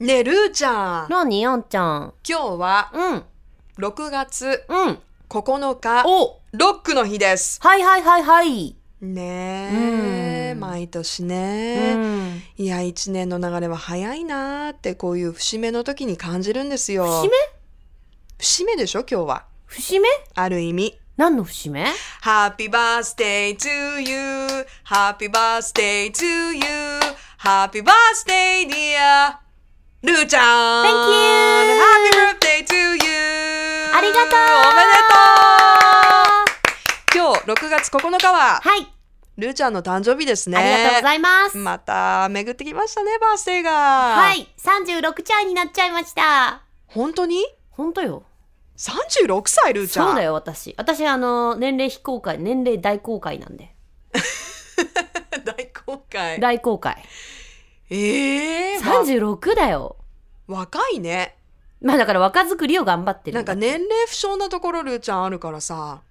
ねるーちゃん。なにやんちゃん。今日はうん。 6月うん。 9日、おロックの日です。はいはいはいはい。ねえ、うん毎年うね。ん。いや、1年の流れは早いなーって、こういう節目の時に感じるんですよ。節目節目でしょ、今日は。節目ある意味。何の節目 Happy birthday to you. Happy birthday to you. Happy birthday, dear. ルーちゃん Thank you. !Happy birthday to you! ありがおめとうでとう今日6月9日は、はい。ルーちゃんの誕生日ですね。ありがとうございます。また巡ってきましたね、バースデーが。は。はい36歳になっちゃいました。本当にほんとよ。 ?36 歳、ルーちゃん。そうだよ、私。私、あの、年齢非公開、年齢大公開なんで。 大公開。大公開。ええー、わ36だよ。若いね。まあだから若作りを頑張ってる。なんか。年齢不詳なところルーちゃんあるからさ、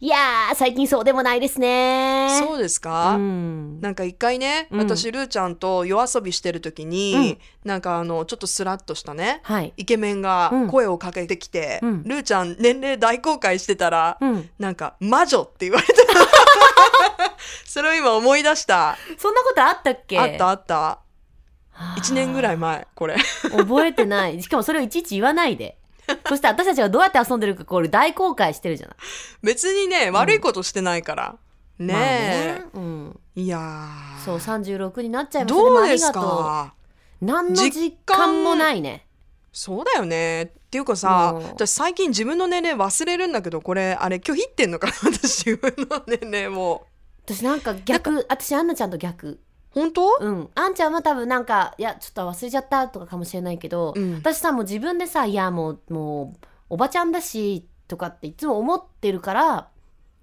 いやー、最近そうでもないですね。そうですか、うん。なんか一回ね、うん私ルーちゃんと夜遊びしてる時に、なんかあのちょっとスラッとしたねはい。イケメンがうん声をかけてきて、うんルーちゃん年齢大公開してたら、うん。なんか魔女って言われ たそれを今思い出した、そんなことあったっけあったあったはあ1年ぐらい前これ 覚えてないしかもそれをいちいち言わないでそして私たちがどうやって遊んでるかこれ大公開してるじゃない別にね悪いことしてないから、ねまあえ、ねうん、いやーそう36になっちゃいましたどうですもありがとかう何の実感もないねそうだよね。っていうかさ、うん私最近自分の年齢忘れるんだけど、これ、あれ、拒否ってんのか な私、自分の年齢も。私なんか逆私アンナちゃんと逆本当うんあんちゃんは多分なんかいやちょっと忘れちゃったとかかもしれないけど、うん。私さもう自分でさいやもうもうおばちゃんだしとかっていつも思ってるから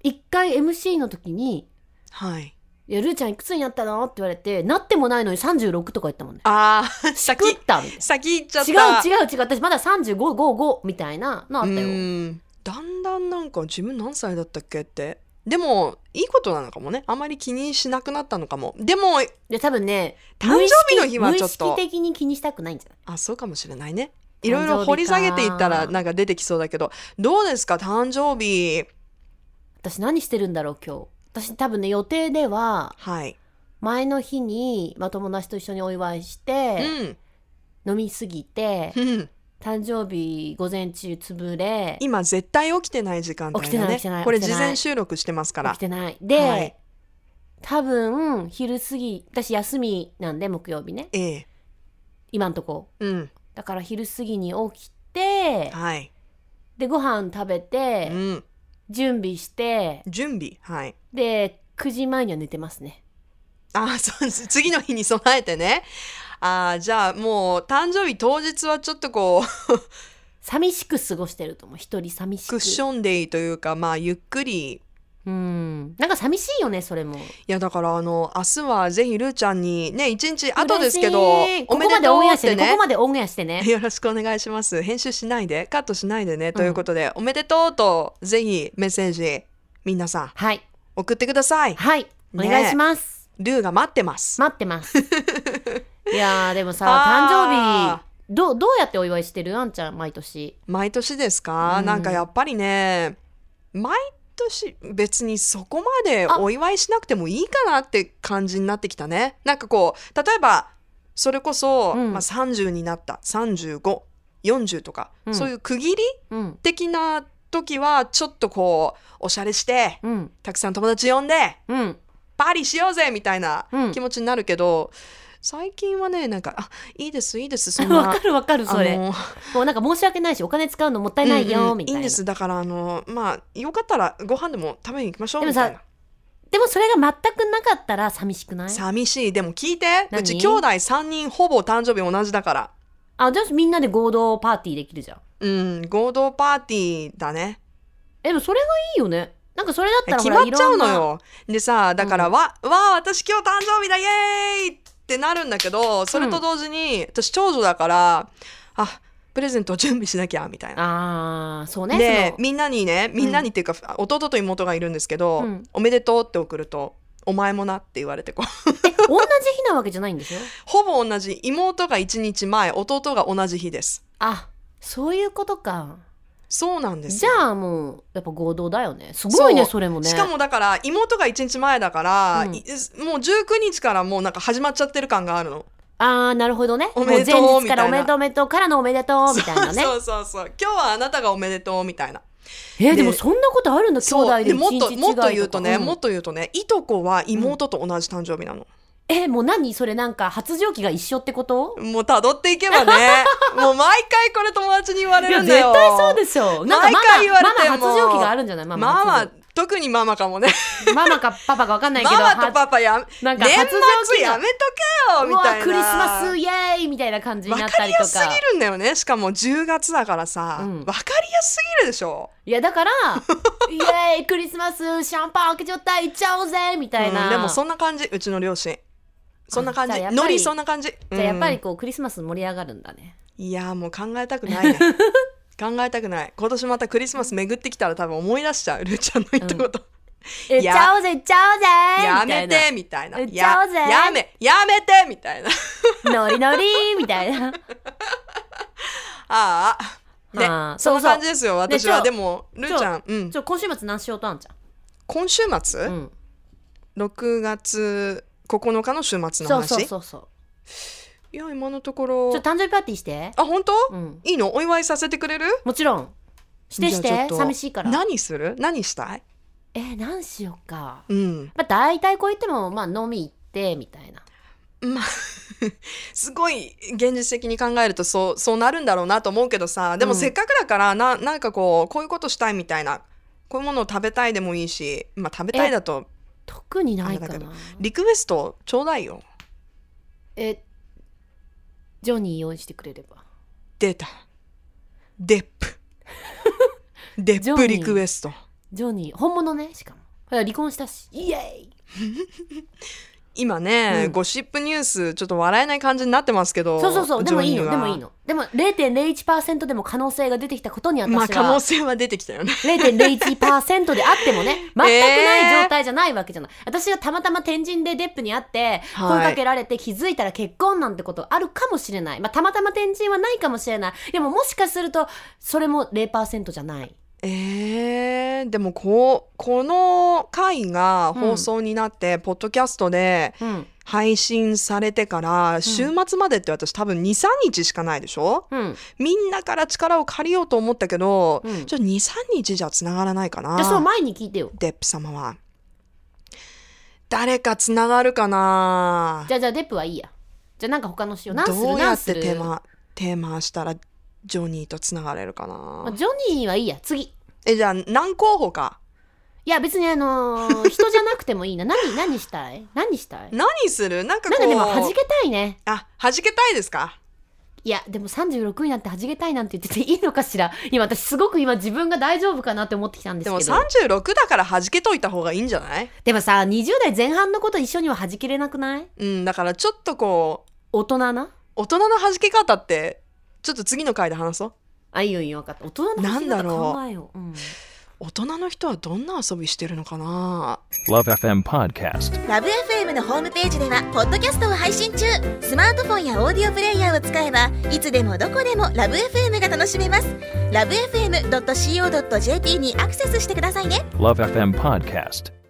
一回 MC の時にはい。 「いやルーちゃんいくつになったの?」って言われてなってもないのに36とか言ったもんねあー、 先、作ったみたい先行っちゃった。な違う違う違う私まだ3555みたいなのあったうよんだんだんなんか自分何歳だったっけって。でも、いいことなのかもね。あまり気にしなくなったのかも。でも、で多分ね誕生日の日はちょっと無意識的に気にしたくないんじゃないあ、そうかもしれないね。いろいろ掘り下げていった誕生ら日かなんか出てきそうだけど、どうですか誕生日。私何してるんだろう今日私多分ね予定でははい。前の日に、まあ、友達と一緒にお祝いしうて、ん。飲みすぎてうん。誕生日午前中潰れ今絶対起きてない時間帯起きてだないね起きてないこれ起き事てない前収録してますか起らきてないで、はい多分昼過ぎ私休みなんで木曜日ねええ今んとこうんだから昼過ぎに起きてはい、でご飯食べうて、ん、準備して準備はいで9時前には寝てますねあ そうです次の日に備えてねあーじゃあもう誕生日当日はちょっとこ う寂しく過ごしてると思う一人寂しくクッションデイというかまあゆっくりいうんなんか寂しいよねそれもやだからあの明日はぜひルーちゃんにね一日後ですけど嬉しいおこめこでまでとオうンエアっしててねここねまでオンエアしてねよろしくお願いします編集しないでカットしないでね、ということでおめでとうとぜひメッセージ皆さんはい送ってくださいはいお願いします、ルーが待ってます。待ってます いやーでもさ誕あ生日どうどうやってお祝いしてるあんちゃん毎年毎年ですか、うんなんかやっぱりね、毎年別にそこまでお祝いしなくてもいいかなって感じになってきたね。なんかこう、例えば、それこそ、うんまあ、30になった、35、40とか、うんそういう区切りうん的な時は、ちょっとこう、おしゃれして、うんたくさん友達呼んで、うんパーリーしようぜみたいなうん気持ちになるけど、最近はね、なんか、あ、いいです、いいです、そんな。 わかるわかるそあれのもうなんか申し訳ないしお金使うのもったいないうんうよんみたいな、いいんですだからあのまあよかったらご飯でも食べに行きましょうでもみさたいなでもそれが全くなかったら寂しくない寂しいでも聞いて何うち兄弟3人ほぼ誕生日同じだからあ、じゃあみんなで合同パーティーできるじゃん。うん合同パーティーだねえ、でもそれがいいよね。なんかそれだったら決ほまらっちゃうのいろんなよでさだから、うんわ「わあ私今日誕生日だイエーイ!」ってなるんだけどそれと同時に、私長女だからあプレゼント準備しなきゃみたいな。あー、そうね。でそのみんなにねみんなにっていうか、弟と妹がいるんですけど「うんおめでとう」って送ると「お前もな」って言われてこう同じ日なわけじゃないんでしょほぼ同じ妹が1日前弟が同じ日ですあそういうことかそうなんですじよゃあもうやっぱ合同だよねすごいねそそうれもねしかもだから妹が1日前だから、うんいもう19日からもうなんか始まっちゃってる感があるのああなるほどねおめでとうも前日からおみたいなめでとうおめでとうからのおめでとうみたいなねそうそうそうそう今日はあなたがおめでとうみたいなえーででもそんなことあるんだ兄そう弟ででもっ一と日違いもっと言うとね、んもっと言うとねいとこは妹と同じ誕生日なの、えーもう何それなんか発情期が一緒ってこともうたどっていけばね もう毎回これ友達に言われいやるん絶だよ対そうでしょなんかマ毎回言われてマもマ発情期があるんじゃないママママ発特にママかもね情ママかパパかわかんないけどママとパパや年なんか発情末期やがめとけよみたいなうわクリスマスイエーイみたいな感じにわなっかたりりやとすすぎかるんだよねしかも10月だからさ、わうんかりやすすぎるでしょいや だからイエーイクリスマスシャンパン開けちゃった行っちゃおうぜみたいな、うんでもそんな感じうちの両親そんな感あじじゃあやっぱノりリそんな感じじゃあやっぱりうんこうクリスマス盛り上がるんだねいやもう考えたくない ね考えたくない今年またクリスマス巡ってきたら多分思い出しちゃうルーちゃんの言ったこと、行っちゃおうぜ行っちゃおうぜやみたいめなてみたいな言っちゃおうぜややめやめてみたいな ノリノリみたいなああねはあそんなそうそう感じですよ私はででちもルーちゃん、うん、ちょ今週末何しようとあんちゃ今週末、ん、うん、 6月9日の週末の話そうそうそうそういや今のところちょ誕生日パーティーしてあ本当、うんいいのお祝いさせてくれるもちろんしてしじゃあちょてっと寂しいから何する何したいえー、何しようかうんまあ大体こう言ってもまあ飲み行ってみたいなまあすごい現実的に考えるとそうそうなるんだろうなと思うけどさでもうんせっかくだから、ななんかこうこういうことしたいみたいなこういうものを食べたいでもいいしまあ食べたいだと特にないかあれだけなリクエストちょうだいよえジョニー用意してくれれば出たデッ プデジッョニプーリクエストジョニー本物ねしかもほら離婚したしイエーイ今ね、うんゴシップニュースちょっと笑えない感じになってますけどそうそうそうでもいいジョニのーはでもいいのでも0.01%でも可能性が出てきたことに私は、まあ可能性は出てきたよね0.01%であってもね全くない状態じゃないわけじゃない、私がたまたま天神でデップに会ってはい声かけられて気づいたら結婚なんてことあるかもしれない、まあ、たまたま天神はないかもしれないでももしかするとそれも0%じゃないえー、でもこうこの回が放送になって、ポッドキャストでうん配信されてから週末までって私多分23日しかないでしょうんみんなから力を借りようと思ったけど、うんちょっと23日じゃつながらないかなじゃあそう前に聞いてよデップ様は誰かつながるかなじゃあじゃあデップはいいやじゃあなんか他のしよう何するどうや何っすてるテーマテーマしたらジョニーとつながれるかまあなジョニーはいいや次えじゃあ何候補かいや別にあのー人じゃなくてもいいな何何したい何したい何するなんかこなんうかでも弾けたいねあ弾けたいですかいやでも36になって弾けたいなんて言ってていいのかしら今私すごく今自分が大丈夫かなって思ってきたんでですもけどでも36だから弾けといた方がいいんじゃないさ20代前半のこと一緒には弾けれなくないうんだからちょっとこう大人な大人の弾け方ってちょっと次の回で話そうあいいよいいよ分かった大人の弾けなんだろ方う考えよううん大人の人はどんな遊びしてるのかな Love FM Podcast. ラブ f m のホームページではポッドキャストを配信中スマートフォンやオーディオプレイヤーを使えばいつでもどこでもラブ f m が楽しめますラブ FM.co.jp にアクセスしてくださいね Love FM Podcast.